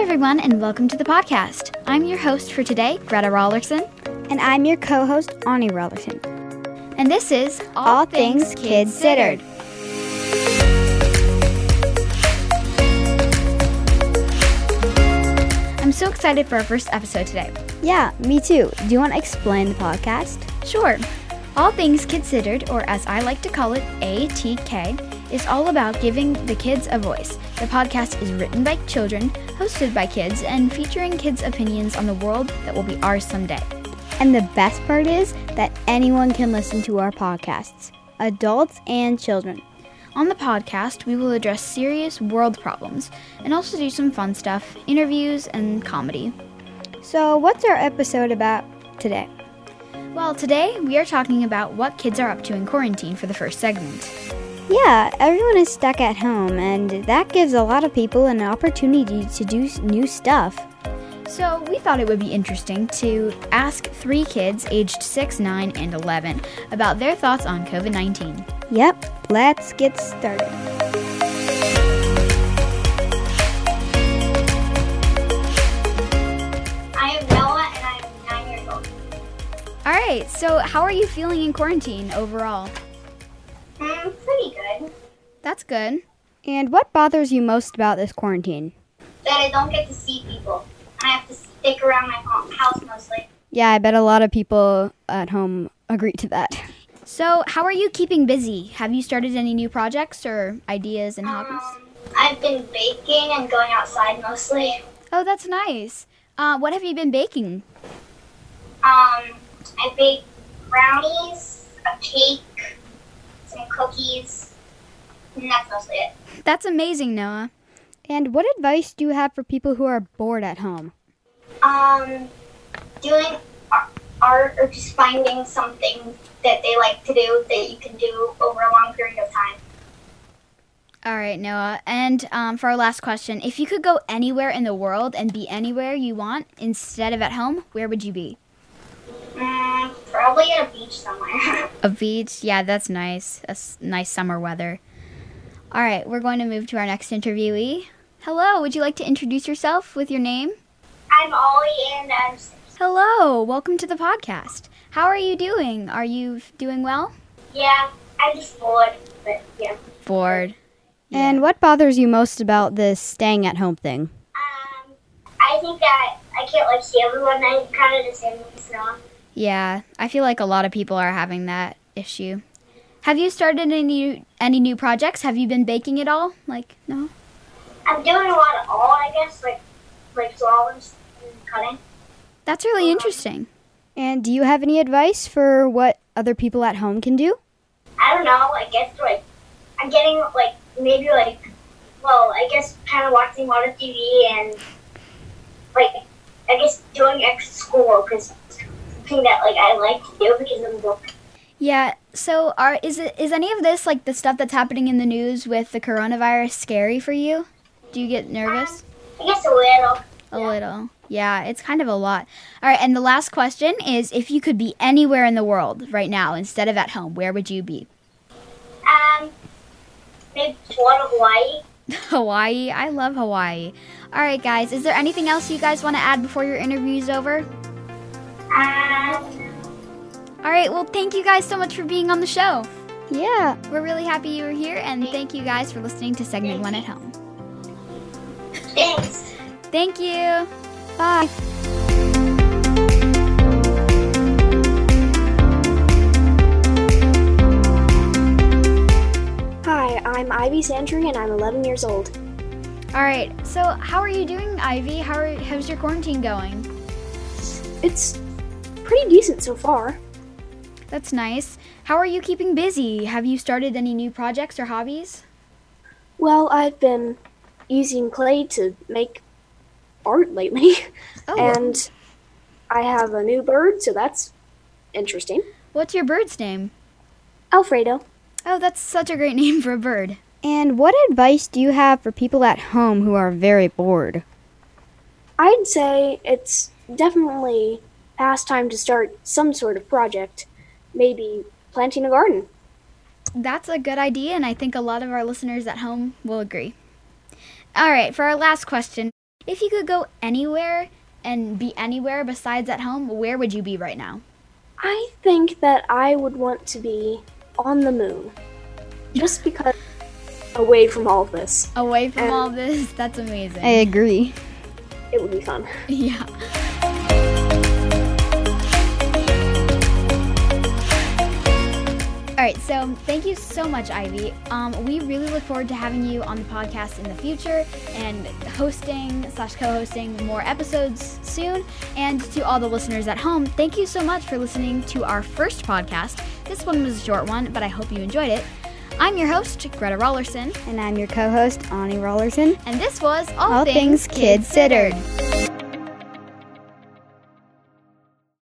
everyone, and welcome to the podcast. I'm your host for today, Greta Rollerson, And I'm your co host, Ani Rollerton. and this is All Things Kid Centered. I'm so excited for our first episode today. Yeah, me too. Do you want to explain the podcast? Sure. All Things Considered, or as I like to call it, ATK, is all about giving the kids a voice. The podcast is written by children, hosted by kids, and featuring kids' opinions on the world that will be ours someday. And the best part is that anyone can listen to our podcasts adults and children. On the podcast, we will address serious world problems and also do some fun stuff, interviews, and comedy. So, what's our episode about today? Well, today we are talking about what kids are up to in quarantine for the first segment. Yeah, everyone is stuck at home, and that gives a lot of people an opportunity to do s- new stuff. So, we thought it would be interesting to ask three kids aged 6, 9, and 11 about their thoughts on COVID 19. Yep, let's get started. I am Noah and I am nine years old. All right, so how are you feeling in quarantine overall? Hmm, pretty good. That's good. And what bothers you most about this quarantine? That I don't get to see people. I have to stick around my home, house mostly. Yeah, I bet a lot of people at home agree to that. So, how are you keeping busy? Have you started any new projects or ideas and hobbies? Um, I've been baking and going outside mostly. Oh, that's nice. Uh, what have you been baking? Um, I bake brownies, a cake, some cookies, and that's mostly it. That's amazing, Noah. And what advice do you have for people who are bored at home? Um, doing ar- art or just finding something that they like to do that you can do over a long period of time. All right, Noah. And um, for our last question, if you could go anywhere in the world and be anywhere you want instead of at home, where would you be? Mm, probably at a beach somewhere. A beach. Yeah, that's nice. A s- nice summer weather. All right, we're going to move to our next interviewee. Hello, would you like to introduce yourself with your name? I'm Ollie and um, I'm six. Hello, welcome to the podcast. How are you doing? Are you f- doing well? Yeah, I'm just bored, but yeah. Bored. And what bothers you most about this staying at home thing? Um, I think that I can't like see everyone. I'm kind of the same as Noah. Yeah, I feel like a lot of people are having that issue. Have you started any new, any new projects? Have you been baking at all? Like, no. I'm doing a lot of all, I guess, like like drawings and cutting. That's really interesting. And do you have any advice for what other people at home can do? I don't know. I guess like I'm getting like maybe like well, I guess kind of watching a lot of TV and like I guess doing extra schoolwork is something that like I like to do because I'm bored. Yeah. So, are is it is any of this like the stuff that's happening in the news with the coronavirus scary for you? Do you get nervous? I guess a little. A yeah. little. Yeah, it's kind of a lot. All right, and the last question is if you could be anywhere in the world right now instead of at home, where would you be? Um, maybe one of Hawaii. Hawaii. I love Hawaii. All right, guys, is there anything else you guys want to add before your interview's over? Um. All right, well, thank you guys so much for being on the show. Yeah. We're really happy you were here, and thank you guys for listening to segment one at home. Thanks. Thank you. Bye. Hi, I'm Ivy Sandry and I'm 11 years old. All right, so how are you doing, Ivy? How are, how's your quarantine going? It's pretty decent so far. That's nice. How are you keeping busy? Have you started any new projects or hobbies? Well, I've been using clay to make art lately, Oh, and I have a new bird, so that's interesting. what's your bird's name? Alfredo. Oh, that's such a great name for a bird. And what advice do you have for people at home who are very bored? I'd say it's definitely past time to start some sort of project, maybe planting a garden. That's a good idea, and I think a lot of our listeners at home will agree. All right, for our last question If you could go anywhere and be anywhere besides at home, where would you be right now? I think that I would want to be on the moon. Just because away from all of this, Away from Um, all this, that's amazing. I agree. it would be fun. yeah. All right, so thank you so much, Ivy. Um, we really look forward to having you on the podcast in the future and hosting slash co-hosting more episodes soon. And to all the listeners at home, thank you so much for listening to our first podcast. This one was a short one, but I hope you enjoyed it. I'm your host, Greta Rollerson, And I'm your co host, Ani Rollerson. and this was All, All Things Kid-Centered. Kid-Centered.